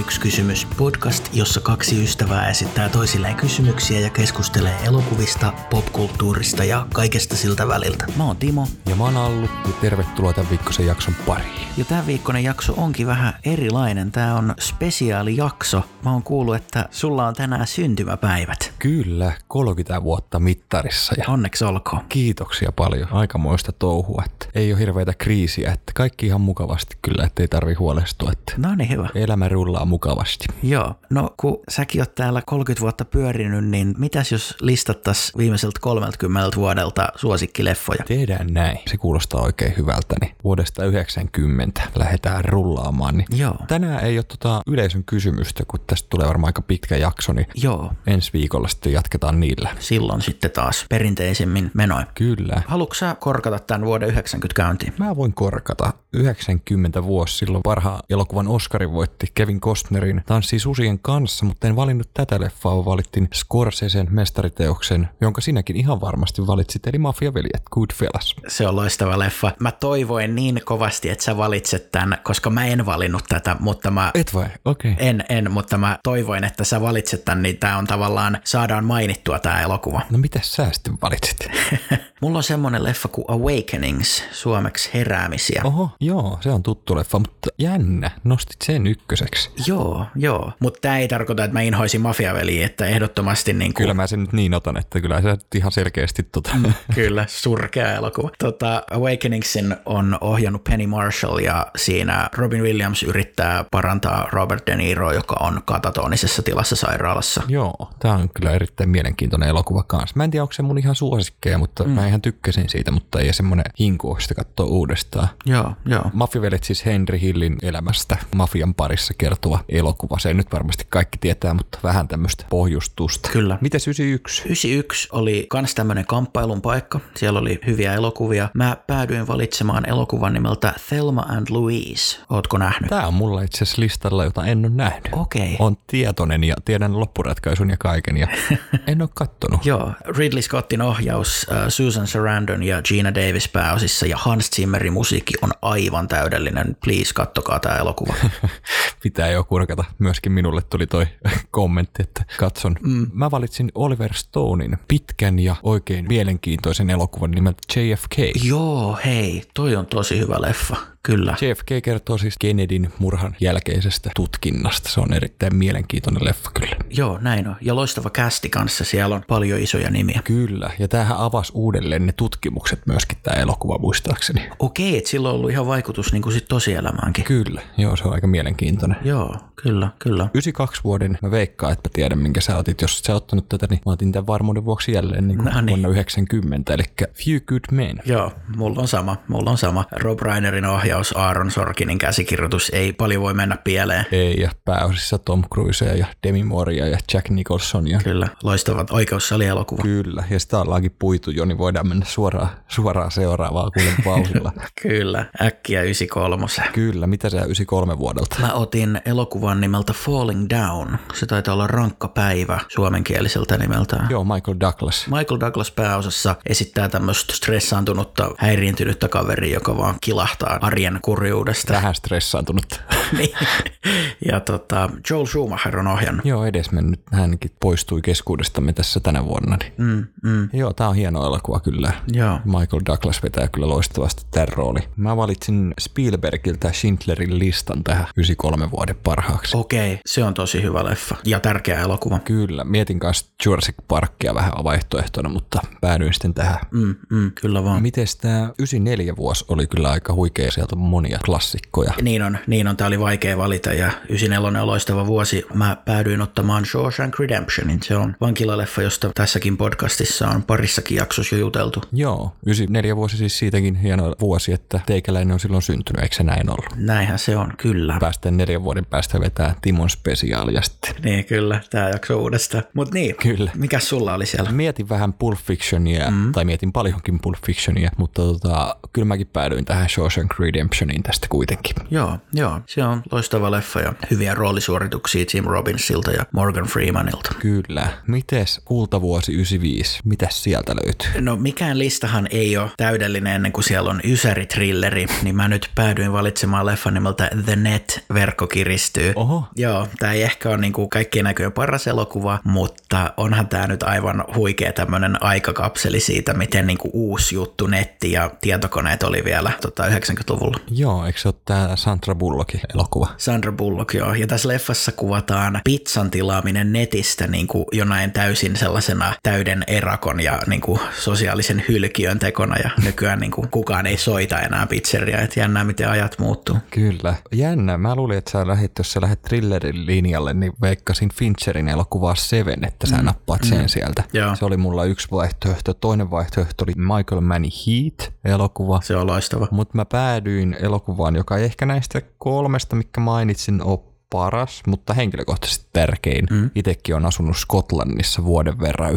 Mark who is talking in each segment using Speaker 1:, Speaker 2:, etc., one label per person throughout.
Speaker 1: yksi kysymys podcast, jossa kaksi ystävää esittää toisilleen kysymyksiä ja keskustelee elokuvista, popkulttuurista ja kaikesta siltä väliltä.
Speaker 2: Mä oon Timo.
Speaker 3: Ja mä oon Allu ja tervetuloa tämän viikkoisen jakson pariin.
Speaker 1: Ja tämän viikkoinen jakso onkin vähän erilainen. Tämä on spesiaalijakso. Mä oon kuullut, että sulla on tänään syntymäpäivät.
Speaker 3: Kyllä, 30 vuotta mittarissa ja
Speaker 1: Onneksi olkoon.
Speaker 3: kiitoksia paljon. Aikamoista touhua, että ei ole hirveitä kriisiä, että kaikki ihan mukavasti kyllä, että ei tarvi huolestua, että
Speaker 1: No niin, hyvä.
Speaker 3: elämä rullaa mukavasti.
Speaker 1: Joo, no kun säkin oot täällä 30 vuotta pyörinyt, niin mitäs jos listattaisiin viimeiseltä 30 vuodelta suosikkileffoja?
Speaker 3: Tehdään näin. Se kuulostaa oikein hyvältä, niin vuodesta 90 lähdetään rullaamaan. Niin
Speaker 1: Joo,
Speaker 3: tänään ei ole tota yleisön kysymystä, kun tästä tulee varmaan aika pitkä jakso, niin
Speaker 1: joo.
Speaker 3: ensi viikolla sitten jatketaan niillä.
Speaker 1: Silloin sitten taas perinteisemmin menoin.
Speaker 3: Kyllä.
Speaker 1: Haluatko sä korkata tämän vuoden 90 käyntiin?
Speaker 3: Mä voin korkata. 90 vuosi silloin parhaan elokuvan Oscarin voitti Kevin Costnerin Tanssi susien kanssa, mutta en valinnut tätä leffaa, vaan valittiin Scorsesen mestariteoksen, jonka sinäkin ihan varmasti valitsit, eli Mafiaveljet, Goodfellas.
Speaker 1: Se on loistava leffa. Mä toivoin niin kovasti, että sä valitset tämän, koska mä en valinnut tätä, mutta mä...
Speaker 3: Et vai? Okei. Okay.
Speaker 1: En, en, mutta mä toivoin, että sä valitset tämän, niin tää on tavallaan, saadaan mainittua tämä elokuva.
Speaker 3: No mitä sä sitten valitsit?
Speaker 1: Mulla on semmonen leffa kuin Awakenings, suomeksi heräämisiä.
Speaker 3: Oho, joo, se on tuttu leffa, mutta jännä, nostit sen ykköseksi.
Speaker 1: Joo, joo. Mutta tämä ei tarkoita, että mä inhoisin mafiaveliä, että ehdottomasti niin kuin,
Speaker 3: Kyllä mä sen nyt niin otan, että kyllä sä nyt ihan selkeästi tota...
Speaker 1: kyllä surkea elokuva. Tota, Awakeningsin on ohjannut Penny Marshall ja siinä Robin Williams yrittää parantaa Robert De Niroa, joka on katatonisessa tilassa sairaalassa.
Speaker 3: Joo, tämä on kyllä erittäin mielenkiintoinen elokuva kanssa. Mä en tiedä, onko se mun ihan suosikkeja, mutta mm. mä ihan tykkäsin siitä, mutta ei semmoinen hinku ole sitä katsoa uudestaan.
Speaker 1: Joo, joo.
Speaker 3: Mafiavelet siis Henry Hillin elämästä mafian parissa kertova elokuva. Se nyt varmasti kaikki tietää, mutta vähän tämmöistä pohjustusta.
Speaker 1: Kyllä.
Speaker 3: Mitä 91?
Speaker 1: 91 oli kans tämmönen kamppailun paikka. Siellä oli hyviä elokuvia. Mä päädyin valitsemaan elokuvan nimeltä Thelma and Louise. Ootko nähnyt?
Speaker 3: Tämä on mulla itse asiassa listalla, jota en ole nähnyt.
Speaker 1: Okei.
Speaker 3: On tietoinen ja tiedän loppuratkaisun ja kaiken ja en ole kattonut.
Speaker 1: Joo, Ridley Scottin ohjaus, äh, Susan Sarandon ja Gina Davis pääosissa ja Hans Zimmerin musiikki on aivan täydellinen. Please, kattokaa tämä elokuva.
Speaker 3: pitää jo kurkata. Myöskin minulle tuli toi kommentti, että katson. Mm. Mä valitsin Oliver Stonein pitkän ja oikein mielenkiintoisen elokuvan nimeltä JFK.
Speaker 1: Joo, hei, toi on tosi hyvä leffa, kyllä.
Speaker 3: JFK kertoo siis Kennedyn murhan jälkeisestä tutkinnasta. Se on erittäin mielenkiintoinen leffa kyllä.
Speaker 1: Joo, näin on. Ja loistava kästi kanssa, siellä on paljon isoja nimiä.
Speaker 3: Kyllä, ja tämähän avasi uudelleen ne tutkimukset myöskin tämä elokuva muistaakseni.
Speaker 1: Okei, että sillä on ollut ihan vaikutus niin kuin sit tosielämäänkin.
Speaker 3: Kyllä, joo se on aika mielenkiintoinen.
Speaker 1: Joo, kyllä, kyllä.
Speaker 3: 92 vuoden, mä veikkaan, että mä tiedän minkä sä otit. Jos et sä ottanut tätä, niin mä otin tämän varmuuden vuoksi jälleen niin kuin
Speaker 1: No niin.
Speaker 3: vuonna 90, eli Few Good Men.
Speaker 1: Joo, mulla on sama, mulla on sama. Rob Reinerin ohjaus, Aaron Sorkinin käsikirjoitus, ei paljon voi mennä pieleen.
Speaker 3: Ei, E ja pääosissa Tom Cruisea ja Demi Morea ja Jack Nicholsonia.
Speaker 1: Kyllä, loistavat oikeussalielokuva.
Speaker 3: Kyllä, ja sitä ollaankin puitu jo, niin voidaan mennä suoraan, suoraan seuraavaan kuulen pausilla.
Speaker 1: Kyllä, äkkiä 93.
Speaker 3: Kyllä, mitä sä 93 vuodelta?
Speaker 1: Mä otin elokuvan nimeltä Falling Down. Se taitaa olla rankka päivä suomenkieliseltä nimeltään.
Speaker 3: Joo, Michael Douglas.
Speaker 1: Michael Douglas pääosassa esittää tämmöistä stressaantunutta, häiriintynyttä kaveria, joka vaan kilahtaa arjen kurjuudesta.
Speaker 3: Vähän stressaantunut.
Speaker 1: Niin. ja tota, Joel Schumacher on ohjannut.
Speaker 3: Joo, edesmennyt. Hänkin poistui keskuudestamme tässä tänä vuonna. Niin.
Speaker 1: Mm, mm.
Speaker 3: Joo, tää on hieno elokuva kyllä.
Speaker 1: Joo.
Speaker 3: Michael Douglas vetää kyllä loistavasti tämän rooli. Mä valitsin Spielbergiltä Schindlerin listan tähän 93 vuoden parhaaksi.
Speaker 1: Okei, se on tosi hyvä leffa ja tärkeä elokuva.
Speaker 3: Kyllä, mietin kanssa Jurassic Parkia vähän vaihtoehtona, mutta päädyin sitten tähän.
Speaker 1: Mm, mm, kyllä vaan.
Speaker 3: Miten tämä 94 vuosi oli kyllä aika huikea, sieltä on monia klassikkoja.
Speaker 1: Niin on, niin on. Tämä oli vaikea valita ja 94 on loistava vuosi. Mä päädyin ottamaan Shawshank Redemptionin. Se on vankilaleffa, josta tässäkin podcastissa on parissakin jaksossa jo juteltu.
Speaker 3: Joo, 94 vuosi siis siitäkin hieno vuosi, että teikäläinen on silloin syntynyt, eikö se näin ollut?
Speaker 1: Näinhän se on, kyllä.
Speaker 3: Päästään neljän vuoden päästä vetää Timon spesiaalia sitten.
Speaker 1: Niin, kyllä. Tämä jakso uudestaan. Mut niin,
Speaker 3: Kyllä.
Speaker 1: mikä sulla oli siellä?
Speaker 3: Mietin vähän Pulp Fictionia, mm. tai mietin paljonkin Pulp Fictionia, mutta tota, kyllä mäkin päädyin tähän Shawshank Redemptioniin tästä kuitenkin.
Speaker 1: Joo, joo. Se on loistava leffa ja hyviä roolisuorituksia Jim Robbinsilta ja Morgan Freemanilta.
Speaker 3: Kyllä. Mites kultavuosi 95? Mitäs sieltä löytyy?
Speaker 1: No mikään listahan ei ole täydellinen ennen kuin siellä on Ysäri-trilleri, niin mä nyt päädyin valitsemaan leffan nimeltä The Net, verkko kiristyy.
Speaker 3: Oho.
Speaker 1: Joo, tämä ei ehkä ole niinku kaikkien näköjen paras elokuva, mutta onhan tämä nyt aivan huikea tämmöinen aikakapseli siitä, miten niinku uusi juttu netti ja tietokoneet oli vielä tota 90-luvulla.
Speaker 3: Joo, eikö se ole tää Sandra Bullockin elokuva?
Speaker 1: Sandra Bullock, joo. Ja tässä leffassa kuvataan pizzan tilaaminen netistä niin kuin jonain täysin sellaisena täyden erakon ja niin kuin sosiaalisen hylkiön tekona. Ja nykyään niin kuin kukaan ei soita enää pizzeria, että jännää miten ajat muuttuu.
Speaker 3: Kyllä. Jännä. Mä luulin, että sä lähit, jos sä lähdet thrillerin linjalle, niin veikkasin Fincherin elokuvaa Seven, että sä mm. nappaat sen mm. sieltä.
Speaker 1: Joo.
Speaker 3: Se oli mulla yksi vaihtoehto. Toinen vaihtoehto oli Michael Manny Heat-elokuva.
Speaker 1: Se on loistava.
Speaker 3: Mutta mä päädyin elokuvaan, joka ei ehkä näistä kolmesta, mikä mainitsin, ole paras, mutta henkilökohtaisesti tärkein. Mm. Itekin on asunut Skotlannissa vuoden verran 91-92.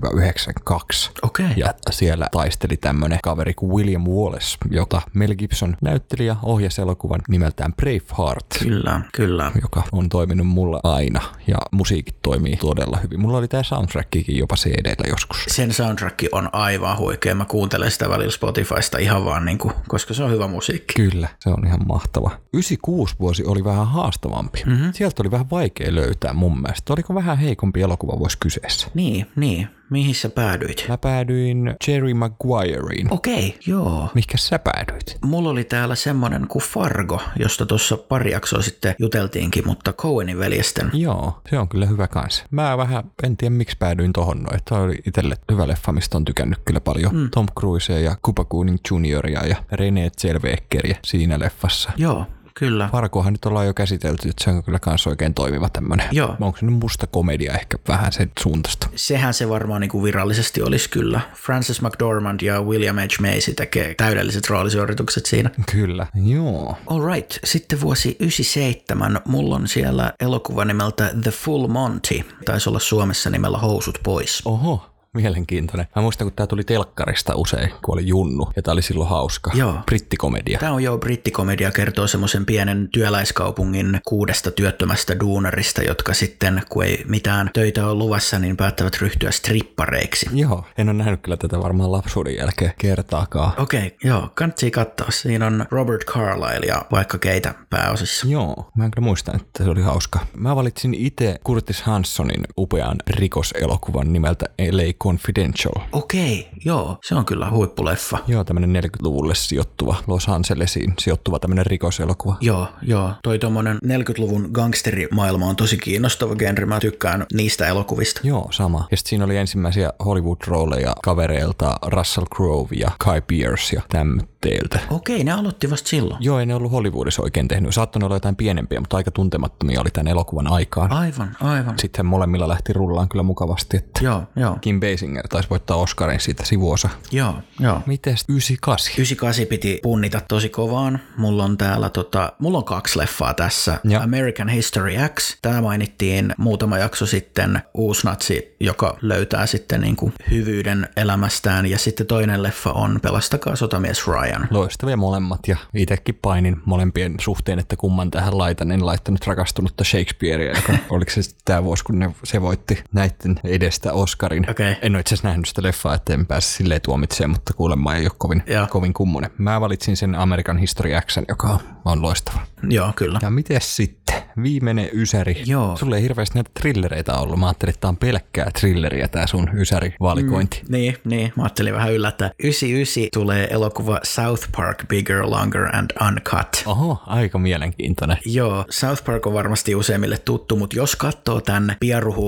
Speaker 1: Okei. Okay.
Speaker 3: Ja siellä taisteli tämmönen kaveri kuin William Wallace, jota Mel Gibson näytteli ja ohjasi elokuvan nimeltään Braveheart,
Speaker 1: Kyllä, kyllä.
Speaker 3: joka on toiminut mulla aina. Ja musiikit toimii todella hyvin. Mulla oli tää soundtrackikin jopa cd joskus.
Speaker 1: Sen soundtrack on aivan huikea. Mä kuuntelen sitä välillä Spotifysta ihan vaan, niin kuin, koska se on hyvä musiikki.
Speaker 3: Kyllä, se on ihan mahtava. 96 vuosi oli vähän haastavampi. Mm-hmm. Sieltä oli vähän vaikea löytää mun mielestä. Oliko vähän heikompi elokuva vuosi kyseessä?
Speaker 1: Niin, niin. Mihin sä päädyit?
Speaker 3: Mä päädyin Jerry Maguireen.
Speaker 1: Okei, okay, joo.
Speaker 3: Mikä sä päädyit?
Speaker 1: Mulla oli täällä semmonen kuin Fargo, josta tuossa pari jaksoa sitten juteltiinkin, mutta Cohenin veljesten.
Speaker 3: Joo, se on kyllä hyvä kans. Mä vähän, en tiedä miksi päädyin tohon noin. Tämä oli itselle hyvä leffa, mistä on tykännyt kyllä paljon. Mm. Tom Cruise ja Cuba Gooding Junioria ja René Zellwegeria siinä leffassa.
Speaker 1: Joo, kyllä.
Speaker 3: Farkohan nyt ollaan jo käsitelty, että se on kyllä kans oikein toimiva tämmönen.
Speaker 1: Joo.
Speaker 3: Onko se nyt musta komedia ehkä vähän sen suuntaista?
Speaker 1: Sehän se varmaan niin kuin virallisesti olisi kyllä. Francis McDormand ja William H. Macy tekee täydelliset roolisuoritukset siinä.
Speaker 3: Kyllä. Joo.
Speaker 1: All right, sitten vuosi 97. Mulla on siellä elokuva nimeltä The Full Monty. Taisi olla Suomessa nimellä Housut pois.
Speaker 3: Oho. Mielenkiintoinen. Mä muistan, kun tää tuli telkkarista usein, kun oli junnu, ja tää oli silloin hauska.
Speaker 1: Joo.
Speaker 3: Brittikomedia.
Speaker 1: Tämä on jo brittikomedia, kertoo semmoisen pienen työläiskaupungin kuudesta työttömästä duunarista, jotka sitten, kun ei mitään töitä ole luvassa, niin päättävät ryhtyä strippareiksi.
Speaker 3: Joo, en ole nähnyt kyllä tätä varmaan lapsuuden jälkeen kertaakaan.
Speaker 1: Okei, okay, joo, kannattaa katsoa. Siinä on Robert Carlyle ja vaikka keitä pääosissa.
Speaker 3: Joo, mä en kyllä muista, että se oli hauska. Mä valitsin itse Curtis Hansonin upean rikoselokuvan nimeltä LA Confidential.
Speaker 1: Okei, okay, joo, se on kyllä huippuleffa.
Speaker 3: Joo, tämmönen 40-luvulle sijoittuva, Los Angelesiin sijoittuva tämmönen rikoselokuva.
Speaker 1: Joo, joo. Toi tommonen 40-luvun gangsterimaailma on tosi kiinnostava genre. Mä tykkään niistä elokuvista.
Speaker 3: Joo, sama. Ja sitten siinä oli ensimmäisiä Hollywood-rooleja kavereilta Russell Crowe ja Kai Pierce ja tämmöteiltä.
Speaker 1: Okei, ne aloitti vasta silloin.
Speaker 3: Joo, ei ne ollut Hollywoodissa oikein tehnyt. Saattanut olla jotain pienempiä, mutta aika tuntemattomia oli tämän elokuvan aikaan.
Speaker 1: Aivan, aivan.
Speaker 3: Sitten molemmilla lähti rullaan kyllä mukavasti. Että
Speaker 1: Joo, joo.
Speaker 3: Kim Basinger taisi voittaa Oscarin siitä sivuosa.
Speaker 1: Joo, joo.
Speaker 3: Mites 98?
Speaker 1: 98 piti punnita tosi kovaan. Mulla on täällä, tota, mulla on kaksi leffaa tässä.
Speaker 3: Joo.
Speaker 1: American History X. Tämä mainittiin muutama jakso sitten. Uusnatsi, joka löytää sitten niin kuin hyvyyden elämästään. Ja sitten toinen leffa on Pelastakaa sotamies Ryan.
Speaker 3: Loistavia molemmat ja itsekin painin molempien suhteen, että kumman tähän laitan. En laittanut rakastunutta Shakespearea, joka oliko se tämä vuosi, kun ne, se voitti näiden edestä Oscarin.
Speaker 1: Okei. Okay.
Speaker 3: En ole itse asiassa nähnyt sitä leffaa, että en pääse silleen tuomitsemaan, mutta kuulemma ei ole kovin,
Speaker 1: Joo.
Speaker 3: kovin kummonen. Mä valitsin sen American History X, joka on loistava.
Speaker 1: Joo, kyllä.
Speaker 3: Ja miten sitten? Viimeinen ysäri.
Speaker 1: Joo.
Speaker 3: Sulle ei hirveästi näitä trillereitä ollut. Mä ajattelin, että tää on pelkkää trilleriä tää sun ysärivalikointi.
Speaker 1: Niin, niin. Mä ajattelin vähän yllättää. 99 tulee elokuva South Park Bigger, Longer and Uncut.
Speaker 3: Oho, aika mielenkiintoinen.
Speaker 1: Joo, South Park on varmasti useimmille tuttu, mutta jos katsoo tämän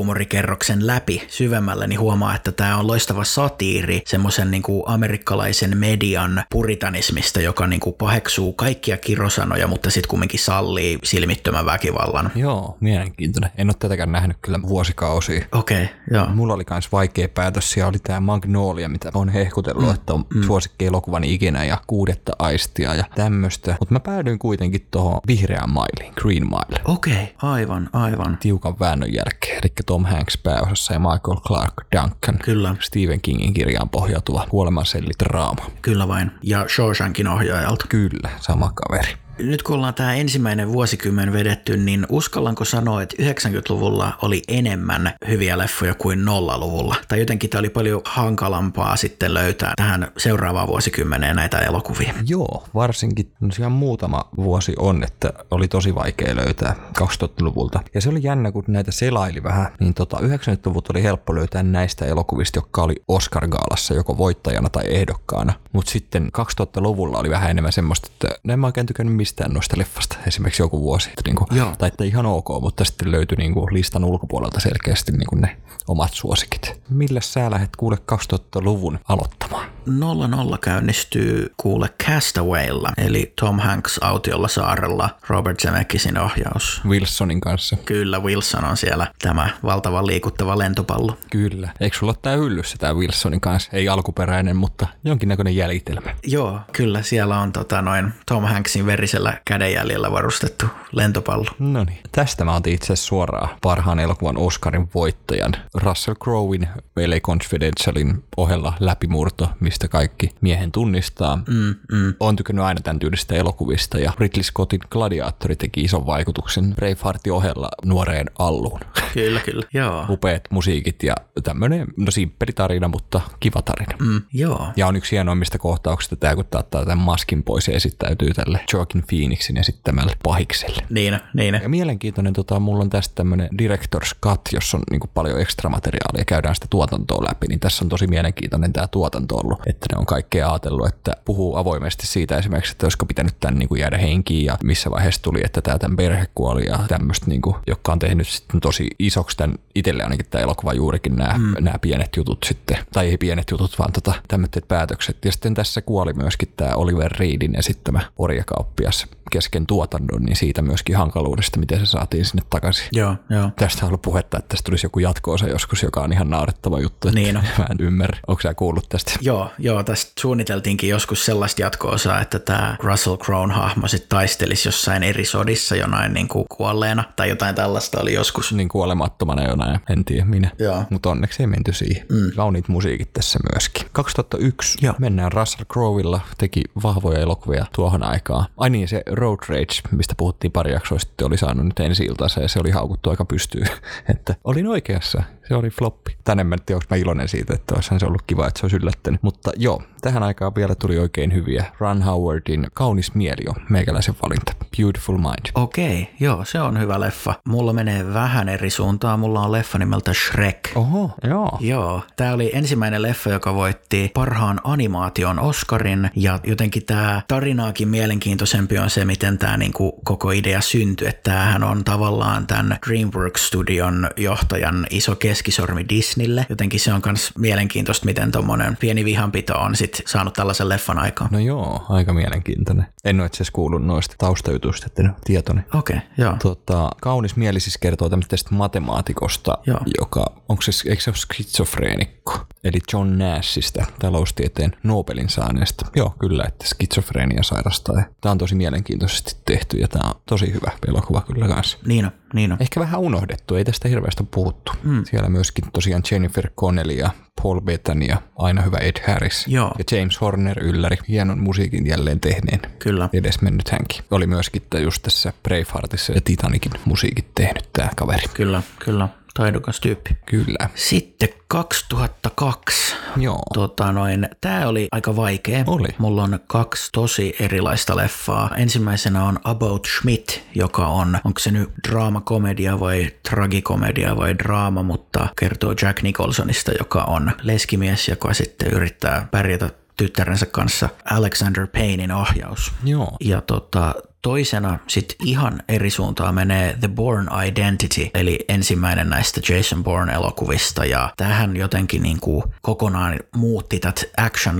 Speaker 1: pieruhuumorikerroksen läpi syvemmälle, niin huomaa, että tämä on loistava satiiri semmoisen niin kuin amerikkalaisen median puritanismista, joka niin kuin paheksuu kaikkia kirosanoja, mutta sitten kumminkin sallii silmittömän väkivallan.
Speaker 3: Joo, mielenkiintoinen. En ole tätäkään nähnyt kyllä vuosikausia.
Speaker 1: Okei, okay, joo.
Speaker 3: Mulla oli myös vaikea päätös. Siellä oli tämä Magnolia, mitä on hehkutellut, mm, että on mm. suosikkielokuvan ikinä ja kuudetta aistia ja tämmöistä. Mutta mä päädyin kuitenkin tuohon vihreään mailiin, Green Mile,
Speaker 1: Okei, okay, aivan, aivan.
Speaker 3: tiukan väännön jälkeen. Eli Tom Hanks pääosassa ja Michael Clark Duncan.
Speaker 1: Kyllä,
Speaker 3: Stephen Kingin kirjaan pohjautuva kuolemansellidraama.
Speaker 1: kyllä vain. Ja Shawshankin ohjaajalta.
Speaker 3: Kyllä, sama kaveri.
Speaker 1: nyt kun ollaan tämä ensimmäinen vuosikymmen vedetty, niin uskallanko sanoa, että 90-luvulla oli enemmän hyviä leffoja kuin nollaluvulla? Tai jotenkin tämä oli paljon hankalampaa sitten löytää tähän seuraavaan vuosikymmeneen näitä elokuvia.
Speaker 3: Joo, varsinkin no, ihan muutama vuosi on, että oli tosi vaikea löytää 2000-luvulta. Ja se oli jännä, kun näitä selaili vähän, niin tota, 90-luvulta oli helppo löytää näistä elokuvista, jotka oli Oscar-gaalassa joko voittajana tai ehdokkaana. Mutta sitten 2000-luvulla oli vähän enemmän semmoista, että no en mä oikein tykännyt mistään noista leffasta esimerkiksi joku vuosi. Että niinku,
Speaker 1: Joo.
Speaker 3: tai että ihan ok, mutta sitten löytyi niinku listan ulkopuolelta selkeästi niinku ne omat suosikit. Millä sä lähdet kuule 2000-luvun aloittamaan?
Speaker 1: 00 käynnistyy kuule Castawaylla, eli Tom Hanks autiolla saarella, Robert Zemecksin ohjaus.
Speaker 3: Wilsonin kanssa.
Speaker 1: Kyllä, Wilson on siellä tämä valtavan liikuttava lentopallo.
Speaker 3: Kyllä. Eikö sulla ole tää hyllyssä tää Wilsonin kanssa? Ei alkuperäinen, mutta jonkinnäköinen jäljitelmä.
Speaker 1: Joo, kyllä siellä on tota, noin Tom Hanksin verisellä kädenjäljellä varustettu lentopallo.
Speaker 3: No niin. Tästä mä otin itse asiassa suoraan parhaan elokuvan Oscarin voittajan Russell Crowin LA Confidentialin ohella läpimurto, mistä kaikki miehen tunnistaa. Mm, mm. On tykännyt aina tämän tyylistä elokuvista ja Ridley Scottin Gladiaattori teki ison vaikutuksen Braveheartin ohella nuoreen alluun.
Speaker 1: Kyllä, kyllä. Joo.
Speaker 3: Upeat musiikit ja tämmönen, no simppeli tarina, mutta kiva tarina.
Speaker 1: Mm, joo.
Speaker 3: Ja on yksi hienoimmista kohtauksista tämä, kun tämä ottaa tämän maskin pois ja esittäytyy tälle Joaquin Phoenixin esittämälle pahikselle.
Speaker 1: Niin, niin.
Speaker 3: Ja mielenkiintoinen, tota, mulla on tästä tämmöinen Director's Cut, jossa on niin paljon ekstra materiaalia, käydään sitä tuotantoa läpi, niin tässä on tosi mielenkiintoinen tämä tuotanto ollut, että ne on kaikkea ajatellut, että puhuu avoimesti siitä esimerkiksi, että olisiko pitänyt tämän niin jäädä henkiin ja missä vaiheessa tuli, että tämä tämän perhe kuoli ja tämmöistä, niin kuin, joka on tehnyt sitten tosi isoksi tämän itselle ainakin tämä elokuva juurikin nämä, mm. nämä pienet jutut sitten, tai ei pienet jutut, vaan tota, tämmöiset päätökset. Ja sitten tässä kuoli myöskin tämä Oliver Reedin esittämä orjakauppias kesken tuotannon, niin siitä myöskin hankaluudesta, miten se saatiin sinne takaisin.
Speaker 1: Joo, joo.
Speaker 3: Tästä on ollut puhetta, että tästä tulisi joku jatkoosa joskus, joka on ihan naurettava juttu. että
Speaker 1: Niin on.
Speaker 3: Mä en ymmärrä. Onko sä kuullut tästä?
Speaker 1: Joo, joo, tästä suunniteltiinkin joskus sellaista jatko-osaa, että tämä Russell Crown hahmo sitten taistelisi jossain eri sodissa jonain niin kuin kuolleena tai jotain tällaista oli joskus.
Speaker 3: Niin kuolemattomana jonain, en tiedä minä.
Speaker 1: Joo.
Speaker 3: Mutta onneksi ei menty siihen. Mm. Kauniit musiikit tässä myöskin. 2001
Speaker 1: Joo.
Speaker 3: mennään Russell Crowella, teki vahvoja elokuvia tuohon aikaan. Ai niin, se Road Rage, mistä puhuttiin pari jaksoa sitten, oli saanut nyt ensi iltansa ja se oli haukuttu aika pystyyn. että olin oikeassa, se oli floppi. Tänne mä en tiedä, onko mä iloinen siitä, että olisihan se ollut kiva, että se olisi yllättänyt. Mutta joo, tähän aikaan vielä tuli oikein hyviä. Ron Howardin Kaunis mieli on meikäläisen valinta. Beautiful Mind.
Speaker 1: Okei, joo, se on hyvä leffa. Mulla menee vähän eri suuntaan, mulla on leffa nimeltä Shrek.
Speaker 3: Oho, joo.
Speaker 1: Joo, tämä oli ensimmäinen leffa, joka voitti parhaan animaation Oscarin ja jotenkin tämä tarinaakin mielenkiintoisempi on se, miten tämä niinku koko idea syntyi. Että tämähän on tavallaan tämän DreamWorks Studion johtajan iso keskisormi Disneylle. Jotenkin se on myös mielenkiintoista, miten tuommoinen pieni vihanpito on sit saanut tällaisen leffan aikaan.
Speaker 3: No joo, aika mielenkiintoinen. En ole itse asiassa kuullut noista taustajutuista, että en ole tietoinen.
Speaker 1: Okei, okay, joo.
Speaker 3: Tota, kaunis mieli siis kertoo tämmöisestä matemaatikosta,
Speaker 1: Joo.
Speaker 3: joka, onko se, eikö se ole skitsofreenikko? Eli John Nashista, taloustieteen Nobelin saaneesta. Joo, kyllä, että skitsofreenia sairastaa. Tämä on tosi mielenkiintoisesti tehty ja tämä on tosi hyvä elokuva kyllä kanssa.
Speaker 1: Niina, Niina.
Speaker 3: Ehkä vähän unohdettu, ei tästä hirveästi ole puhuttu. Mm. Siellä myöskin tosiaan Jennifer Connelly ja Paul Bettany ja aina hyvä Ed Harris.
Speaker 1: Joo.
Speaker 3: Ja James Horner ylläri, hienon musiikin jälleen tehneen.
Speaker 1: Kyllä.
Speaker 3: Edesmennyt hänkin. Oli myöskin tää just tässä Braveheartissa ja Titanikin musiikit tehnyt tämä kaveri.
Speaker 1: Kyllä, kyllä. Taidokas tyyppi.
Speaker 3: Kyllä.
Speaker 1: Sitten 2002
Speaker 3: Joo.
Speaker 1: Tota noin, tää oli aika vaikea.
Speaker 3: Oli.
Speaker 1: Mulla on kaksi tosi erilaista leffaa. Ensimmäisenä on About Schmidt, joka on, onko se nyt draamakomedia vai tragikomedia vai draama, mutta kertoo Jack Nicholsonista, joka on leskimies, joka sitten yrittää pärjätä tyttärensä kanssa Alexander Paynein ohjaus.
Speaker 3: Joo.
Speaker 1: Ja tota, toisena sitten ihan eri suuntaan menee The Born Identity, eli ensimmäinen näistä Jason Bourne-elokuvista. Ja tähän jotenkin niinku kokonaan muutti tätä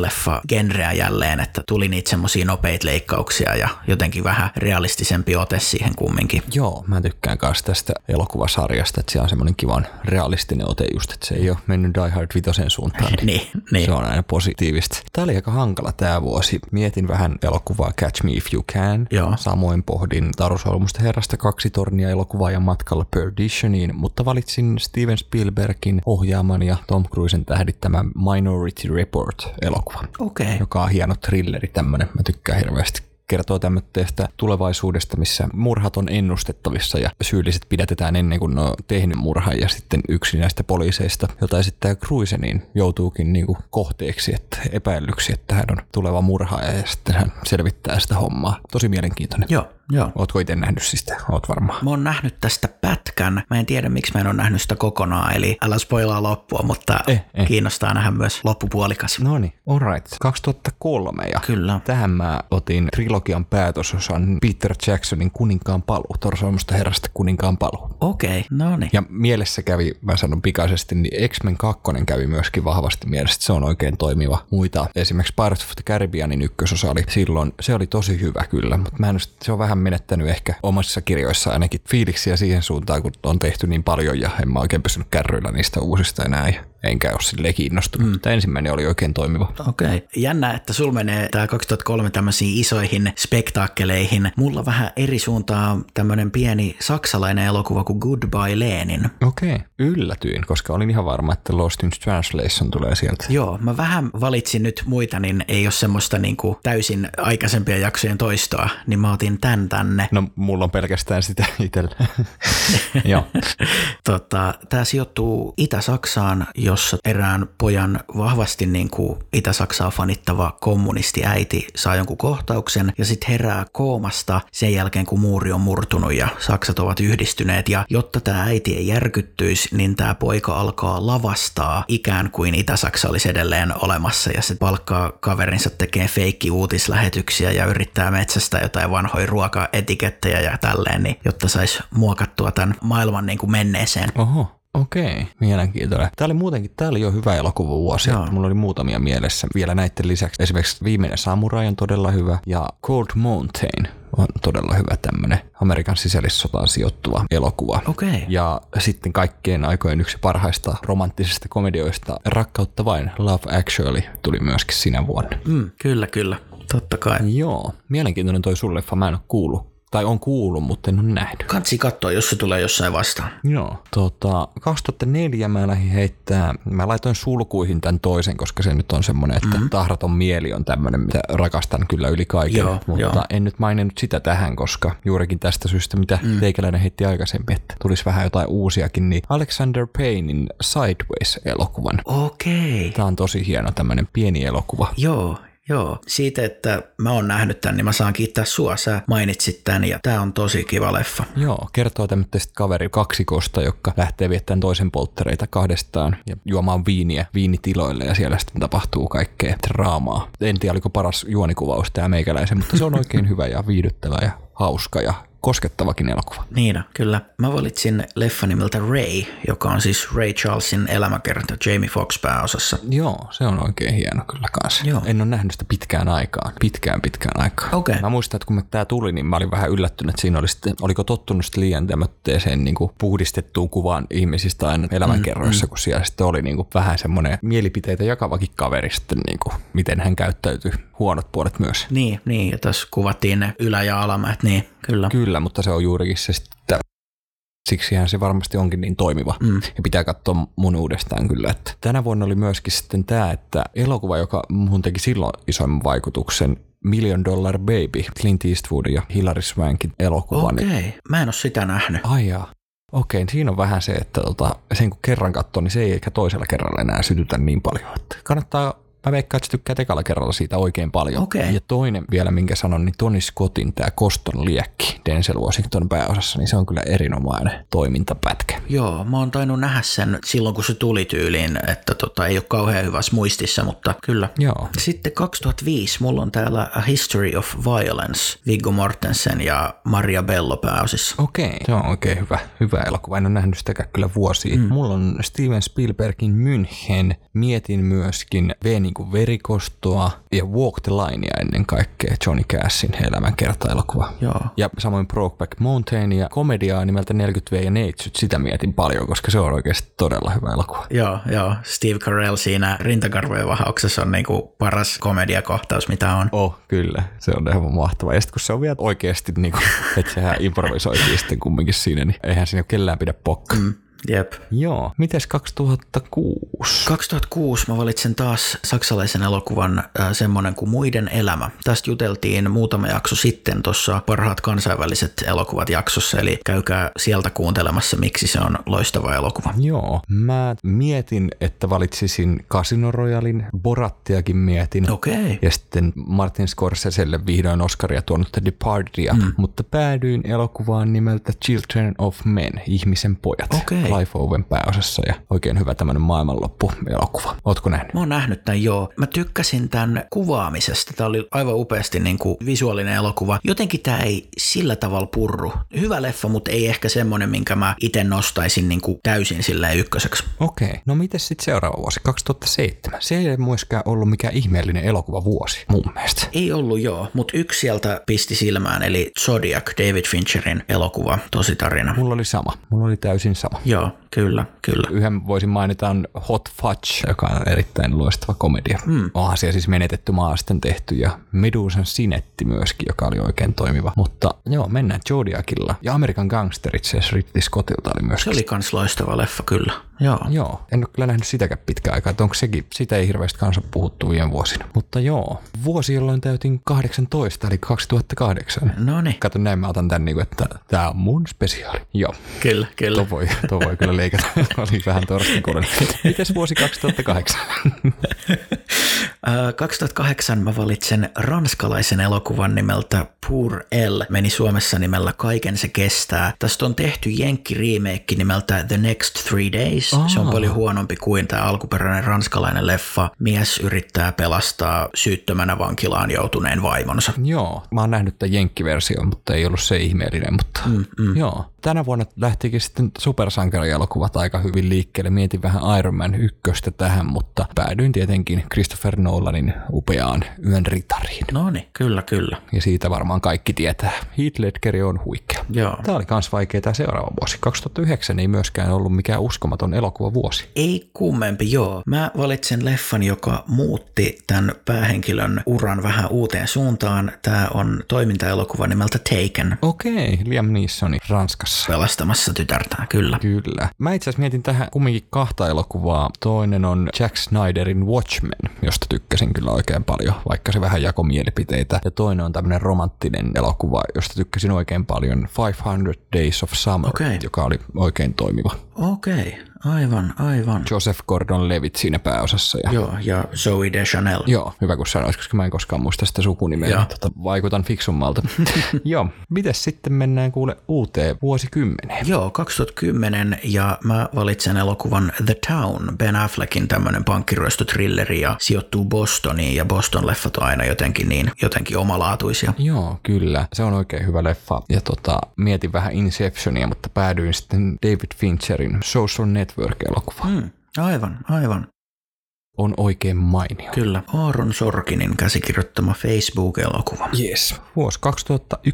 Speaker 1: action-leffa-genreä jälleen, että tuli niitä semmoisia nopeita leikkauksia ja jotenkin vähän realistisempi ote siihen kumminkin.
Speaker 3: Joo, mä tykkään myös tästä elokuvasarjasta, että siellä on semmoinen kivan realistinen ote just, että se ei ole mennyt Die Hard vitosen suuntaan. niin
Speaker 1: Niin, niin.
Speaker 3: Se on aina positiivista. Tämä oli aika hankala tämä vuosi. Mietin vähän elokuvaa Catch Me If You Can.
Speaker 1: Joo.
Speaker 3: Samoin pohdin Taru Solmusta herrasta kaksi tornia elokuvaa ja matkalla Perditioniin, mutta valitsin Steven Spielbergin ohjaaman ja Tom Cruisen tähdittämän Minority Report elokuvan,
Speaker 1: Okei. Okay.
Speaker 3: joka on hieno thrilleri tämmönen. Mä tykkään hirveästi kertoo tämmöistä tulevaisuudesta, missä murhat on ennustettavissa ja syylliset pidätetään ennen kuin ne on tehnyt murhan ja sitten yksi näistä poliiseista, jota esittää Cruise, niin joutuukin niin kuin kohteeksi, että epäillyksi, että hän on tuleva murhaaja ja sitten hän selvittää sitä hommaa. Tosi mielenkiintoinen.
Speaker 1: Joo, joo.
Speaker 3: Ootko itse nähnyt siis sitä? Oot varmaan.
Speaker 1: Mä oon nähnyt tästä pätkän. Mä en tiedä, miksi mä en ole nähnyt sitä kokonaan, eli älä spoilaa loppua, mutta
Speaker 3: Eh, eh.
Speaker 1: kiinnostaa nähdä myös loppupuolikas.
Speaker 3: No niin, alright. 2003 ja
Speaker 1: Kyllä.
Speaker 3: tähän mä otin trilogian päätösosan Peter Jacksonin Kuninkaan paluu, Torsoimusta herrasta Kuninkaan paluu.
Speaker 1: Okei, no niin.
Speaker 3: Ja mielessä kävi, mä sanon pikaisesti, niin X-Men 2 kävi myöskin vahvasti mielessä, että se on oikein toimiva. Muita, esimerkiksi Pirates of the Caribbeanin ykkösosa oli silloin, se oli tosi hyvä kyllä, mutta mä en, just- se on vähän menettänyt ehkä omassa kirjoissa ainakin fiiliksiä siihen suuntaan, kun on tehty niin paljon ja en mä oikein pysynyt kärryillä niistä uusista enää ja enkä ole silleen kiinnostunut. Mm. Tämä ensimmäinen oli oikein toimiva.
Speaker 1: Okei. Okay. Jännä, että sul menee tämä 2003 tämmöisiin isoihin spektaakkeleihin. Mulla vähän eri suuntaan tämmöinen pieni saksalainen elokuva kuin Goodbye Lenin.
Speaker 3: Okei, okay. yllätyin, koska olin ihan varma, että Lost in Translation tulee sieltä.
Speaker 1: Joo, mä vähän valitsin nyt muita, niin ei ole semmoista niinku täysin aikaisempien jaksojen toistoa, niin mä otin tän tänne.
Speaker 3: No, mulla on pelkästään sitä itsellä. Joo.
Speaker 1: Tota, tämä sijoittuu Itä-Saksaan, jossa erään pojan vahvasti niin kuin Itä-Saksaa fanittava kommunistiäiti saa jonkun kohtauksen ja sitten herää koomasta sen jälkeen, kun muuri on murtunut ja Saksat ovat yhdistyneet. Ja jotta tämä äiti ei järkyttyisi, niin tämä poika alkaa lavastaa ikään kuin Itä-Saksa olisi edelleen olemassa ja se palkkaa kaverinsa tekee feikki uutislähetyksiä ja yrittää metsästä jotain vanhoja ruokaetikettejä ja tälleen, niin jotta saisi muokattua tämän maailman niin kuin menneeseen.
Speaker 3: Oho. Okei, mielenkiintoinen. Tämä oli muutenkin, tämä oli jo hyvä elokuvavuosi,
Speaker 1: Joo.
Speaker 3: että mulla oli muutamia mielessä vielä näiden lisäksi. Esimerkiksi Viimeinen Samurai on todella hyvä ja Cold Mountain on todella hyvä tämmönen Amerikan sisällissotaan sijoittuva elokuva.
Speaker 1: Okei.
Speaker 3: Ja sitten kaikkien aikojen yksi parhaista romanttisista komedioista Rakkautta vain, Love Actually, tuli myöskin sinä vuonna.
Speaker 1: Mm, kyllä, kyllä. Totta kai.
Speaker 3: Joo, mielenkiintoinen toi sun leffa, mä en ole kuullut. Tai on kuullut, mutta en ole nähnyt.
Speaker 1: Kansi katsoa, jos se tulee jossain vastaan.
Speaker 3: Joo. Tota, 2004 mä lähdin heittää, mä laitoin sulkuihin tämän toisen, koska se nyt on semmoinen, että mm-hmm. tahraton mieli on tämmöinen, mitä rakastan kyllä yli kaiken.
Speaker 1: Joo,
Speaker 3: mutta
Speaker 1: joo.
Speaker 3: en nyt maininnut sitä tähän, koska juurikin tästä syystä, mitä mm. teikäläinen heitti aikaisemmin, että tulisi vähän jotain uusiakin, niin Alexander Paynein Sideways-elokuvan.
Speaker 1: Okei.
Speaker 3: Tämä on tosi hieno tämmöinen pieni elokuva.
Speaker 1: Joo, joo. Siitä, että mä oon nähnyt tämän, niin mä saan kiittää sua. Sä mainitsit tämän ja tää on tosi kiva leffa.
Speaker 3: Joo, kertoo tämmöistä kaveri kaksikosta, joka lähtee viettämään toisen polttereita kahdestaan ja juomaan viiniä viinitiloille ja siellä sitten tapahtuu kaikkea draamaa. En tiedä, oliko paras juonikuvaus tämä meikäläisen, mutta se on oikein hyvä ja viihdyttävä ja hauska ja koskettavakin elokuva.
Speaker 1: Niina, Niin, kyllä. Mä valitsin leffa nimeltä Ray, joka on siis Ray Charlesin elämäkerta Jamie Foxx pääosassa.
Speaker 3: Joo, se on oikein hieno kyllä kanssa.
Speaker 1: Joo.
Speaker 3: En ole nähnyt sitä pitkään aikaan, pitkään pitkään aikaan.
Speaker 1: Okei.
Speaker 3: Mä muistan, että kun tämä tuli, niin mä olin vähän yllättynyt, että siinä oli sitten, oliko tottunut sitten liian tämmöiseen niin puhdistettuun kuvaan ihmisistä aina elämänkerroissa, mm, kun siellä sitten oli niin kuin vähän semmoinen mielipiteitä jakavakin kaveri sitten, niin kuin, miten hän käyttäytyy, huonot puolet myös.
Speaker 1: Niin, niin. Ja tässä kuvattiin ne ylä- ja alamäet, niin kyllä.
Speaker 3: Kyllä, mutta se on juurikin se sitten, siksihän se varmasti onkin niin toimiva. Mm. Ja pitää katsoa mun uudestaan kyllä. Että tänä vuonna oli myöskin sitten tämä, että elokuva, joka mun teki silloin isoimman vaikutuksen, Million Dollar Baby, Clint Eastwood ja Hilary Swankin elokuva.
Speaker 1: Okei.
Speaker 3: Niin,
Speaker 1: Okay. Mä en ole sitä nähnyt.
Speaker 3: ai jaa. Okei, siinä on vähän se, että tota, sen kun kerran katsoo, niin se ei ehkä toisella kerralla enää sytytä niin paljon. Että kannattaa Mä veikkaan, että se tykkää tekalla kerralla siitä oikein paljon.
Speaker 1: Okei.
Speaker 3: Ja toinen vielä, minkä sanon, niin Tony Scottin tämä Koston liekki Denzel Washington pääosassa, niin se on kyllä erinomainen toimintapätkä.
Speaker 1: Joo, mä oon tainnut nähdä sen silloin, kun se tuli tyyliin, että tota, ei ole kauhean hyvässä muistissa, mutta kyllä.
Speaker 3: Joo.
Speaker 1: Sitten 2005 mulla on täällä A History of Violence, Viggo Mortensen ja Maria Bello pääosissa.
Speaker 3: Okei. Se on oikein hyvä, hyvä elokuva. En ole nähnyt sitäkään kyllä vuosia. Mm. Mulla on Steven Spielbergin München. Mietin myöskin V niin kuin verikostoa ja Walk the Linea ennen kaikkea Johnny Cashin elämänkerta-elokuva.
Speaker 1: Joo.
Speaker 3: Ja samoin Brokeback Mountain ja komediaa nimeltä 40 V ja Neitsyt. Sitä mietin paljon, koska se on oikeasti todella hyvä elokuva.
Speaker 1: Joo, joo. Steve Carell siinä rintakarvojen vahauksessa on niinku paras komediakohtaus, mitä on.
Speaker 3: Oh, kyllä. Se on ihan mahtavaa. Ja sitten kun se on vielä niinku, oikeasti, niin kuin, että sehän improvisoitiin sitten kumminkin siinä, niin eihän siinä kellään pidä pokka. Mm.
Speaker 1: Jep.
Speaker 3: Joo. Mites 2006?
Speaker 1: 2006 mä valitsen taas saksalaisen elokuvan äh, semmonen kuin Muiden elämä. Tästä juteltiin muutama jakso sitten tuossa Parhaat kansainväliset elokuvat jaksossa, eli käykää sieltä kuuntelemassa, miksi se on loistava elokuva.
Speaker 3: Joo. Mä mietin, että valitsisin Casino Royalin, Borattiakin mietin.
Speaker 1: Okei.
Speaker 3: Ja sitten Martin Scorseselle vihdoin Oscaria tuonut The Departia, mm. mutta päädyin elokuvaan nimeltä Children of Men, Ihmisen pojat,
Speaker 1: Okei.
Speaker 3: Clive Owen pääosassa ja oikein hyvä tämmöinen maailmanloppu-elokuva. Ootko nähnyt?
Speaker 1: Mä oon nähnyt tämän joo. Mä tykkäsin tämän kuvaamisesta. Tämä oli aivan upeasti niin kuin visuaalinen elokuva. Jotenkin tämä ei sillä tavalla purru. Hyvä leffa, mutta ei ehkä semmonen, minkä mä itse nostaisin niin kuin täysin silleen ykköseksi.
Speaker 3: Okei, no miten sitten seuraava vuosi, 2007? Se ei myöskään ollut mikään ihmeellinen elokuvavuosi mun mielestä.
Speaker 1: Ei ollut joo, mutta yksi sieltä pisti silmään, eli Zodiac, David Fincherin elokuva, tosi tarina.
Speaker 3: Mulla oli sama, mulla oli täysin sama.
Speaker 1: Joo, kyllä, kyllä.
Speaker 3: Yhden voisin mainita on Hot Fudge, joka on erittäin loistava komedia. Hmm. Onhan siellä siis menetetty maa sitten tehty ja Medusan Sinetti myöskin, joka oli oikein toimiva. Mutta joo, mennään Zodiacilla. Ja Amerikan Gangsterit, se Ridley Scottilta oli
Speaker 1: Se
Speaker 3: myöskin.
Speaker 1: oli kans loistava leffa, kyllä. Joo.
Speaker 3: Joo, en ole kyllä nähnyt sitäkään pitkään aikaa, että onko sekin, sitä ei hirveästi kanssa puhuttu viime vuosina. Mutta joo, vuosi jolloin täytin 18, eli 2008.
Speaker 1: No niin,
Speaker 3: Kato näin, mä otan tän niinku, että tää on mun spesiaali. Joo.
Speaker 1: kyllä, kyllä.
Speaker 3: Tuo voi, tuo voi kyllä leikata. Oli vähän torstikurin. Mites vuosi 2008?
Speaker 1: Ö, 2008 mä valitsen ranskalaisen elokuvan nimeltä Poor L. Meni Suomessa nimellä Kaiken se kestää. Tästä on tehty jenkki remake nimeltä The Next Three Days. Oh. Se on paljon huonompi kuin tämä alkuperäinen ranskalainen leffa. Mies yrittää pelastaa syyttömänä vankilaan joutuneen vaimonsa.
Speaker 3: Joo, mä oon nähnyt tämän jenkkiversion, mutta ei ollut se ihmeellinen, mutta mm, mm. joo. Tänä vuonna lähtikin sitten supersankarielokuvat aika hyvin liikkeelle. Mietin vähän Iron Man ykköstä tähän, mutta päädyin tietenkin Christopher Nolanin upeaan yön ritariin.
Speaker 1: No niin, kyllä, kyllä.
Speaker 3: Ja siitä varmaan kaikki tietää. Heath Ledger on huikea.
Speaker 1: Joo.
Speaker 3: Tämä oli myös vaikea tämä seuraava vuosi. 2009 ei myöskään ollut mikään uskomaton elokuvavuosi.
Speaker 1: Ei kummempi, joo. Mä valitsen leffan, joka muutti tämän päähenkilön uran vähän uuteen suuntaan. Tämä on toimintaelokuva nimeltä Taken.
Speaker 3: Okei, Liam Neesoni Ranskassa.
Speaker 1: Pelastamassa tytärtään, kyllä.
Speaker 3: Kyllä. Mä itse asiassa mietin tähän kumminkin kahta elokuvaa. Toinen on Jack Snyderin Watchmen, josta tykkäsin kyllä oikein paljon, vaikka se vähän jako mielipiteitä. Ja toinen on tämmönen romanttinen elokuva, josta tykkäsin oikein paljon, 500 Days of Summer,
Speaker 1: Okei.
Speaker 3: joka oli oikein toimiva.
Speaker 1: Okei, aivan, aivan.
Speaker 3: Joseph Gordon-Levitt siinä pääosassa. Ja
Speaker 1: Joo, ja Zoe Deschanel.
Speaker 3: Joo, hyvä kun sanoit, koska mä en koskaan muista sitä sukunimeä.
Speaker 1: Joo.
Speaker 3: Tota, vaikutan fiksummalta. Joo, mites sitten mennään kuule uuteen vuosikymmeneen?
Speaker 1: Joo, 2010 ja mä valitsen elokuvan The Town, Ben Affleckin tämmönen pankkiryöstötrilleri ja sijoittuu Bostoniin ja Boston-leffat on aina jotenkin niin, jotenkin omalaatuisia.
Speaker 3: Joo, kyllä. Se on oikein hyvä leffa. Ja tota, mietin vähän Inceptionia, mutta päädyin sitten David Fincherin Social Network-elokuvaan.
Speaker 1: Hmm, aivan, aivan.
Speaker 3: On oikein mainio.
Speaker 1: Kyllä, Aaron Sorkinin käsikirjoittama Facebook-elokuva.
Speaker 3: Yes. Vuosi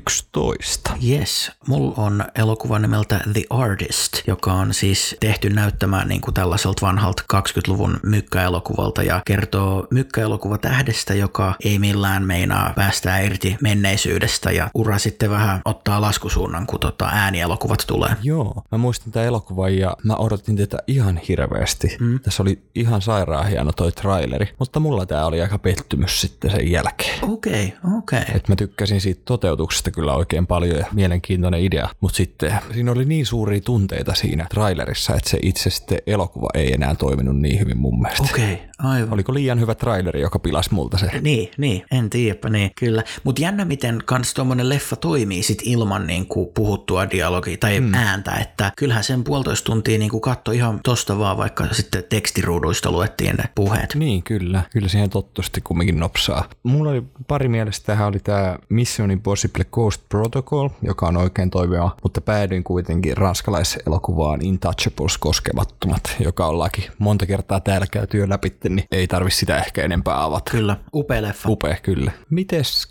Speaker 3: 2011.
Speaker 1: Yes, mulla on elokuva nimeltä The Artist, joka on siis tehty näyttämään niin kuin tällaiselta vanhalta 20-luvun mykkäelokuvalta ja kertoo mykkäelokuva tähdestä, joka ei millään meinaa päästää irti menneisyydestä ja ura sitten vähän ottaa laskusuunnan, kun tota äänielokuvat tulee.
Speaker 3: Joo, mä muistin tämän elokuvan ja mä odotin tätä ihan hirveästi. Mm. Tässä oli ihan sairaan hieno toi traileri, mutta mulla tää oli aika pettymys sitten sen jälkeen.
Speaker 1: Okei, okay, okei. Okay.
Speaker 3: Et mä tykkäsin siitä toteutuksesta kyllä oikein paljon ja mielenkiintoinen idea, mutta sitten siinä oli niin suuria tunteita siinä trailerissa, että se itse sitten elokuva ei enää toiminut niin hyvin mun mielestä.
Speaker 1: Okei, okay, aivan.
Speaker 3: Oliko liian hyvä traileri, joka pilasi multa se?
Speaker 1: Niin, niin, en tiedäpä, niin, kyllä. Mutta jännä, miten kans tuommoinen leffa toimii sit ilman niin kuin, puhuttua dialogia tai mm. ääntä, että kyllähän sen puolitoista tuntia niin kuin, katto ihan tosta vaan, vaikka sitten tekstiruuduista luettiin ne puheet.
Speaker 3: Niin, kyllä. Kyllä siihen tottusti kumminkin nopsaa. Mulla oli pari mielestä tähän oli tämä Mission Impossible Ghost Protocol, joka on oikein toivea, mutta päädyin kuitenkin ranskalaiselokuvaan Intouchables koskemattomat, joka ollaankin monta kertaa täällä käyty läpi, niin ei tarvi sitä ehkä enempää avata.
Speaker 1: Kyllä, upea leffa.
Speaker 3: Upea, kyllä. Mites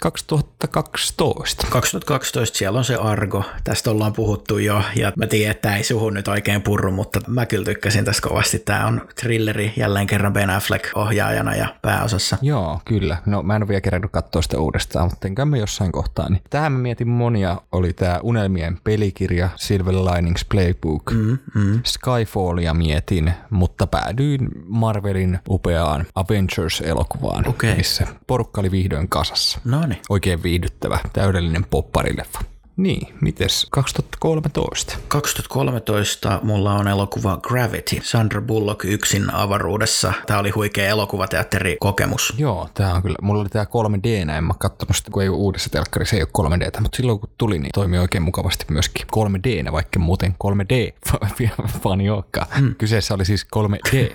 Speaker 3: 2012?
Speaker 1: 2012 siellä on se Argo, tästä ollaan puhuttu jo, ja mä tiedän, että tää ei suhun nyt oikein purru, mutta mä kyllä tykkäsin tästä kovasti. Tämä on thrilleri, jälleen kerran Ben Affleck ohjaajana ja pääosassa.
Speaker 3: Joo, kyllä. No mä en ole vielä kerännyt katsoa sitä uudestaan, mutta enkä me jossain kohtaa. Niin. Tähän mä mietin monia. Oli tämä Unelmien pelikirja, Silver Linings Playbook.
Speaker 1: Mm, mm.
Speaker 3: Skyfallia mietin, mutta päädyin Marvelin upeaan Avengers-elokuvaan,
Speaker 1: Okei.
Speaker 3: missä porukka oli vihdoin kasassa.
Speaker 1: No niin.
Speaker 3: Oikein viihdyttävä, täydellinen popparileffa. Niin, mites 2013?
Speaker 1: 2013 mulla on elokuva Gravity, Sandra Bullock yksin avaruudessa. Tämä oli huikea elokuvateatterikokemus.
Speaker 3: Joo, tää on kyllä. Mulla oli tää 3D, en mä katsonut sitä, kun ei ole uudessa telkkarissa, ei ole 3D, mutta silloin kun tuli, niin toimi oikein mukavasti myöskin 3D, vaikka muuten 3D-fani olekaan. Hmm. Kyseessä oli siis 3D. Joo.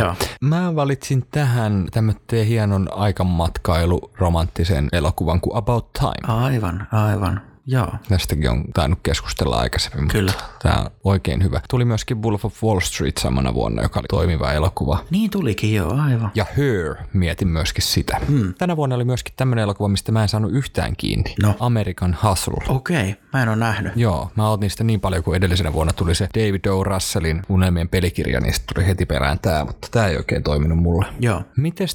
Speaker 1: Mm. Joo.
Speaker 3: Mä valitsin tähän tämmöteen hienon aikamatkailu romanttisen elokuvan kuin About Time.
Speaker 1: Aivan, aivan. Joo.
Speaker 3: Tästäkin on tainnut keskustella aikaisemmin,
Speaker 1: Kyllä.
Speaker 3: mutta tämä on oikein hyvä. Tuli myöskin Wolf of Wall Street samana vuonna, joka oli toimiva elokuva.
Speaker 1: Niin tulikin joo, aivan.
Speaker 3: Ja Her, mietin myöskin sitä. Hmm. Tänä vuonna oli myöskin tämmöinen elokuva, mistä mä en saanut yhtään kiinni.
Speaker 1: No.
Speaker 3: American Hustle.
Speaker 1: Okei, mä en ole nähnyt.
Speaker 3: Joo, mä otin sitä niin paljon kuin edellisenä vuonna tuli se David O. Russellin unelmien pelikirja, niin sitten tuli heti perään tää, mutta tää ei oikein toiminut mulle.
Speaker 1: Joo.
Speaker 3: Mites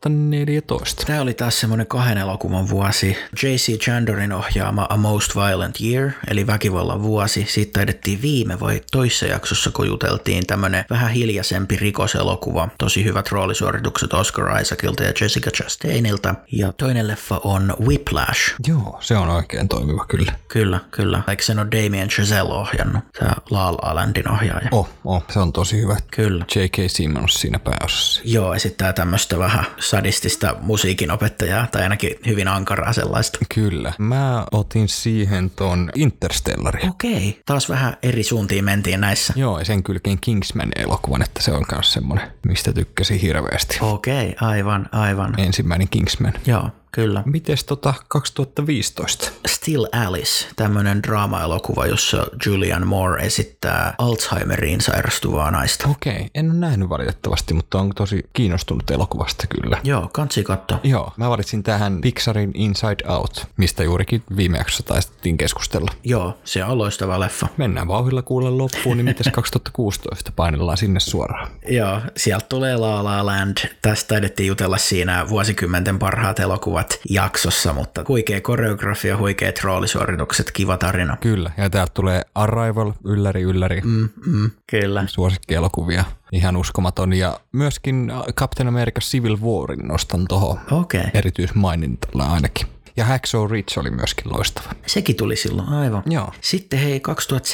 Speaker 3: 2014?
Speaker 1: Tämä oli taas semmoinen kahden elokuvan vuosi. J.C. Chandorin ohjaama A Most Violent Year, eli väkivallan vuosi. Siitä taidettiin viime vai toissa jaksossa, kun juteltiin tämmönen vähän hiljaisempi rikoselokuva. Tosi hyvät roolisuoritukset Oscar Isaacilta ja Jessica Chastainilta. Ja toinen leffa on Whiplash.
Speaker 3: Joo, se on oikein toimiva kyllä.
Speaker 1: Kyllä, kyllä. Eikö sen ole Damien Chazelle ohjannut? Tämä La La Landin ohjaaja.
Speaker 3: Oh, oh, se on tosi hyvä.
Speaker 1: Kyllä.
Speaker 3: J.K. Simmons siinä pääosassa.
Speaker 1: Joo, esittää tämmöistä vähän sadistista musiikinopettajaa, tai ainakin hyvin ankaraa sellaista.
Speaker 3: Kyllä. Mä otin siihen ton Interstellarin.
Speaker 1: Okei, taas vähän eri suuntiin mentiin näissä.
Speaker 3: Joo, ja sen kylkeen Kingsman-elokuvan, että se on myös semmoinen, mistä tykkäsin hirveästi.
Speaker 1: Okei, aivan, aivan.
Speaker 3: Ensimmäinen Kingsman.
Speaker 1: Joo, kyllä.
Speaker 3: Mites tota 2015?
Speaker 1: Still Alice, tämmönen draama-elokuva, jossa Julian Moore esittää Alzheimeriin sairastuvaa naista.
Speaker 3: Okei, en ole nähnyt valitettavasti, mutta on tosi kiinnostunut elokuvasta kyllä.
Speaker 1: Joo, kansi katto.
Speaker 3: Joo, mä valitsin tähän Pixarin Inside Out, mistä juurikin viime jaksossa taistettiin keskustella.
Speaker 1: Joo, se on loistava leffa.
Speaker 3: Mennään vauhilla kuulle loppuun, niin mites 2016 painellaan sinne suoraan.
Speaker 1: Joo, sieltä tulee La La Land. Tästä taidettiin jutella siinä vuosikymmenten parhaat elokuvat jaksossa, mutta huikea koreografia, huikeat roolisuoritukset, kiva tarina.
Speaker 3: Kyllä, ja täältä tulee Arrival, ylläri ylläri, mm.
Speaker 1: Mm, kyllä.
Speaker 3: suosikkielokuvia. Ihan uskomaton. Ja myöskin äh, Captain America Civil Warin nostan tohon.
Speaker 1: Okei. Okay.
Speaker 3: Erityismainintalla ainakin. Ja Hacksaw Ridge oli myöskin loistava.
Speaker 1: Sekin tuli silloin, aivan.
Speaker 3: Joo.
Speaker 1: Sitten hei,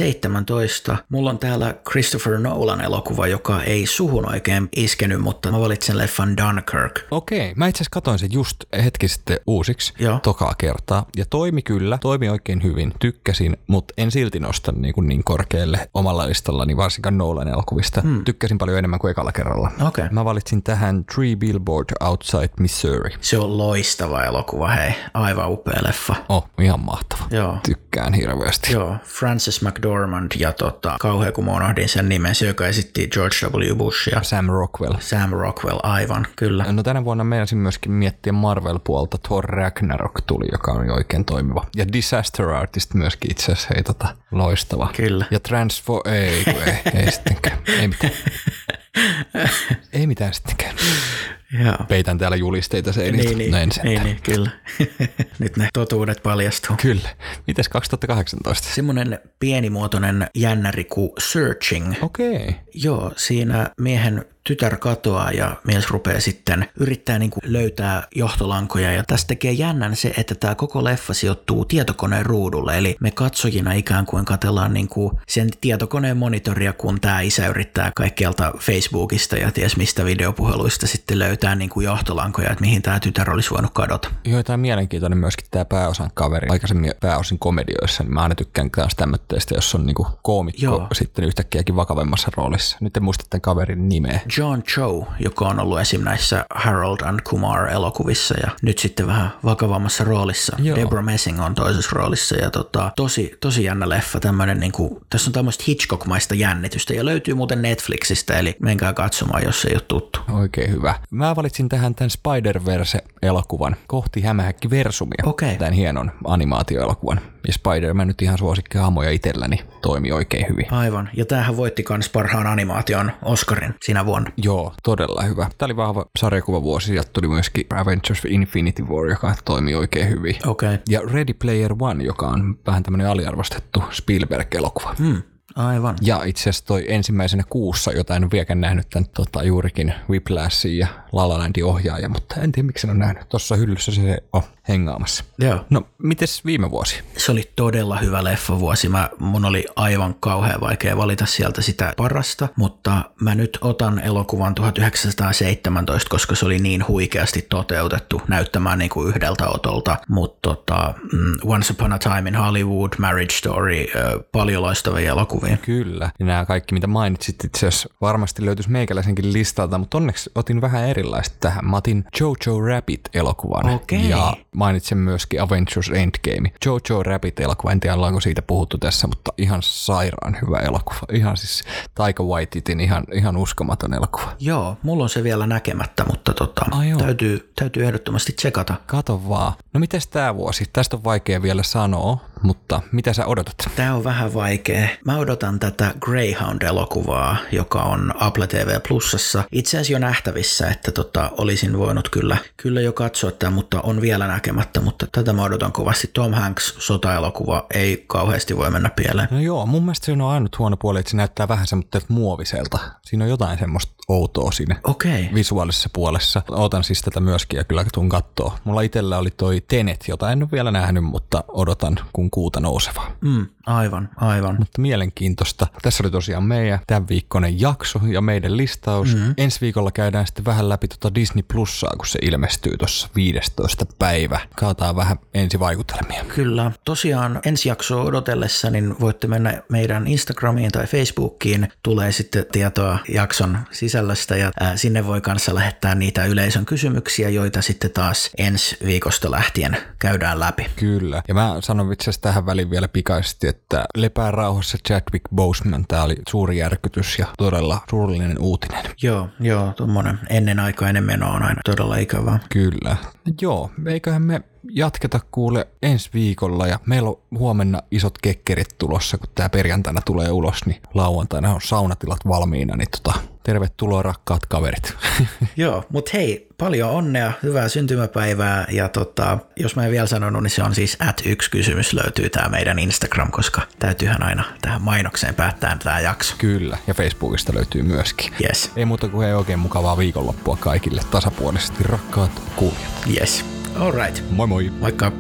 Speaker 1: 2017, mulla on täällä Christopher Nolan elokuva, joka ei suhun oikein iskenyt, mutta mä valitsen leffan Dunkirk.
Speaker 3: Okei, mä itse asiassa katsoin sen just hetki sitten uusiksi
Speaker 1: Joo.
Speaker 3: tokaa kertaa. Ja toimi kyllä, toimi oikein hyvin, tykkäsin, mutta en silti nosta niin, kuin niin korkealle omalla listallani, varsinkaan Nolan elokuvista. Hmm. Tykkäsin paljon enemmän kuin ekalla kerralla.
Speaker 1: Okei.
Speaker 3: Mä valitsin tähän Three Billboard Outside Missouri.
Speaker 1: Se on loistava elokuva, hei. Aivan upea leffa.
Speaker 3: Oh, ihan mahtava.
Speaker 1: Joo.
Speaker 3: Tykkään hirveästi.
Speaker 1: Joo, Frances McDormand ja tota, kauhea kun mä unohdin sen nimen, se joka esitti George W. Bushia.
Speaker 3: Sam Rockwell.
Speaker 1: Sam Rockwell, aivan, kyllä.
Speaker 3: No tänä vuonna meinasin myöskin miettiä Marvel-puolta. Thor Ragnarok tuli, joka on oikein toimiva. Ja Disaster Artist myöskin itse asiassa, hei tota, loistava.
Speaker 1: Kyllä.
Speaker 3: Ja Transform... Ei, kun ei, ei sittenkään. Ei mitään. Ei mitään sittenkään.
Speaker 1: Joo.
Speaker 3: Peitän täällä julisteita seinistä.
Speaker 1: Niin, niin,
Speaker 3: Näin sen.
Speaker 1: niin, niin, kyllä. Nyt ne totuudet paljastuu.
Speaker 3: Kyllä. Mites 2018?
Speaker 1: Semmoinen pienimuotoinen jännäri kuin Searching.
Speaker 3: Okei. Okay.
Speaker 1: Joo, siinä miehen tytär katoaa ja mies rupeaa sitten yrittää niin kuin löytää johtolankoja. Ja tästä tekee jännän se, että tämä koko leffa sijoittuu tietokoneen ruudulle. Eli me katsojina ikään kuin katellaan niin kuin sen tietokoneen monitoria, kun tämä isä yrittää kaikkialta Facebookista ja ties mistä videopuheluista sitten löytää niin kuin johtolankoja, että mihin tämä tytär olisi voinut kadota.
Speaker 3: Joo, tämä on mielenkiintoinen myöskin tämä pääosan kaveri. Aikaisemmin pääosin komedioissa, niin mä aina tykkään taas tämmöistä, jos on niinku koomikko
Speaker 1: Joo.
Speaker 3: Joo. sitten yhtäkkiäkin vakavemmassa roolissa. Nyt en muista tämän kaverin nimeä.
Speaker 1: John Cho, joka on ollut esim. näissä Harold and Kumar-elokuvissa ja nyt sitten vähän vakavammassa roolissa. Joo.
Speaker 3: Joo.
Speaker 1: Deborah Messing on toisessa roolissa ja tota, tosi, tosi jännä leffa. Tämmönen, niin kuin, tässä on tämmöistä Hitchcock-maista jännitystä ja löytyy muuten Netflixistä, eli menkää katsomaan, jos ei ole tuttu.
Speaker 3: Oikein hyvä. Mä valitsin tähän tämän Spider-Verse-elokuvan kohti hämähäkki versumia.
Speaker 1: Okei.
Speaker 3: Tämän hienon animaatioelokuvan. Ja Spider-Man nyt ihan suosikki hahmoja itselläni toimi oikein hyvin.
Speaker 1: Aivan, ja tämähän voitti kans parhaan animaation Oscarin sinä vuonna.
Speaker 3: Joo, todella hyvä. Tämä oli vahva sarjakuvavuosi, sieltä tuli myöskin Avengers Infinity War, joka toimii oikein hyvin.
Speaker 1: Okei. Okay.
Speaker 3: Ja Ready Player One, joka on vähän tämmöinen aliarvostettu Spielberg-elokuva.
Speaker 1: Hmm. Aivan.
Speaker 3: Ja itse asiassa toi ensimmäisenä kuussa, jota en ole vieläkään nähnyt tämän tota, juurikin Whiplashin ja La La Landin ohjaaja, mutta en tiedä miksi en ole nähnyt. Tuossa hyllyssä se on hengaamassa.
Speaker 1: Joo.
Speaker 3: No, mites viime vuosi?
Speaker 1: Se oli todella hyvä leffavuosi. Mä, mun oli aivan kauhean vaikea valita sieltä sitä parasta, mutta mä nyt otan elokuvan 1917, koska se oli niin huikeasti toteutettu näyttämään niin kuin yhdeltä otolta. Mutta tota, mm, Once Upon a Time in Hollywood, Marriage Story, ö, paljon loistavia elokuvia.
Speaker 3: Kyllä. Ja nämä kaikki, mitä mainitsit, itse asiassa varmasti löytyisi meikäläisenkin listalta, mutta onneksi otin vähän erilaista tähän. Mä otin Jojo Rabbit-elokuvan.
Speaker 1: Okei.
Speaker 3: Ja mainitsen myöskin Avengers Endgame. Jojo Rabbit-elokuva, en tiedä ollaanko siitä puhuttu tässä, mutta ihan sairaan hyvä elokuva. Ihan siis Taika Waititin ihan, ihan uskomaton elokuva.
Speaker 1: Joo, mulla on se vielä näkemättä, mutta tota,
Speaker 3: Ai joo.
Speaker 1: täytyy, täytyy ehdottomasti tsekata.
Speaker 3: Kato vaan. No mites tää vuosi? Tästä on vaikea vielä sanoa, mutta mitä sä odotat?
Speaker 1: Tää on vähän vaikea. Mä odotan tätä Greyhound-elokuvaa, joka on Apple TV Plusassa. Itse asiassa jo nähtävissä, että tota, olisin voinut kyllä, kyllä jo katsoa tämä, mutta on vielä näkemättä, mutta tätä mä odotan kovasti. Tom Hanks sotaelokuva ei kauheasti voi mennä pieleen.
Speaker 3: No joo, mun mielestä se on ainut huono puoli, että se näyttää vähän semmoista muoviselta. Siinä on jotain semmoista outoa siinä
Speaker 1: Okei. Okay.
Speaker 3: visuaalisessa puolessa. Ootan siis tätä myöskin ja kyllä tuun kattoo. Mulla itellä oli toi Tenet, jota en ole vielä nähnyt, mutta odotan kun kuuta nousevaa.
Speaker 1: Mm, aivan, aivan.
Speaker 3: Mutta mielenkiintoista. Tässä oli tosiaan meidän tämän viikkoinen jakso ja meidän listaus. Mm-hmm. Ensi viikolla käydään sitten vähän läpi tota Disney Plussaa, kun se ilmestyy tuossa 15. päivä. Katsotaan vähän ensivaikutelmia.
Speaker 1: Kyllä. Tosiaan ensi jaksoa odotellessa, niin voitte mennä meidän Instagramiin tai Facebookiin. Tulee sitten tietoa jakson sisällöstä ja ää, sinne voi kanssa lähettää niitä yleisön kysymyksiä, joita sitten taas ensi viikosta lähtien käydään läpi.
Speaker 3: Kyllä. Ja mä sanon itse asiassa tähän väliin vielä pikaisesti, että lepää rauhassa Chadwick Boseman. Tämä oli suuri järkytys ja todella surullinen uutinen.
Speaker 1: Joo, joo, tuommoinen ennenaikainen meno on aina todella ikävää.
Speaker 3: Kyllä. Joo, eiköhän me jatketa kuule ensi viikolla ja meillä on huomenna isot kekkerit tulossa, kun tämä perjantaina tulee ulos, niin lauantaina on saunatilat valmiina, niin tota, tervetuloa rakkaat kaverit.
Speaker 1: Joo, mutta hei, paljon onnea, hyvää syntymäpäivää ja tota, jos mä en vielä sanonut, niin se on siis at yksi kysymys löytyy tämä meidän Instagram, koska täytyyhän aina tähän mainokseen päättää tämä jakso.
Speaker 3: Kyllä, ja Facebookista löytyy myöskin.
Speaker 1: Yes,
Speaker 3: Ei muuta kuin hei oikein mukavaa viikonloppua kaikille tasapuolisesti rakkaat kuulijat.
Speaker 1: yes. All right,
Speaker 3: Moi moi!
Speaker 1: moikka.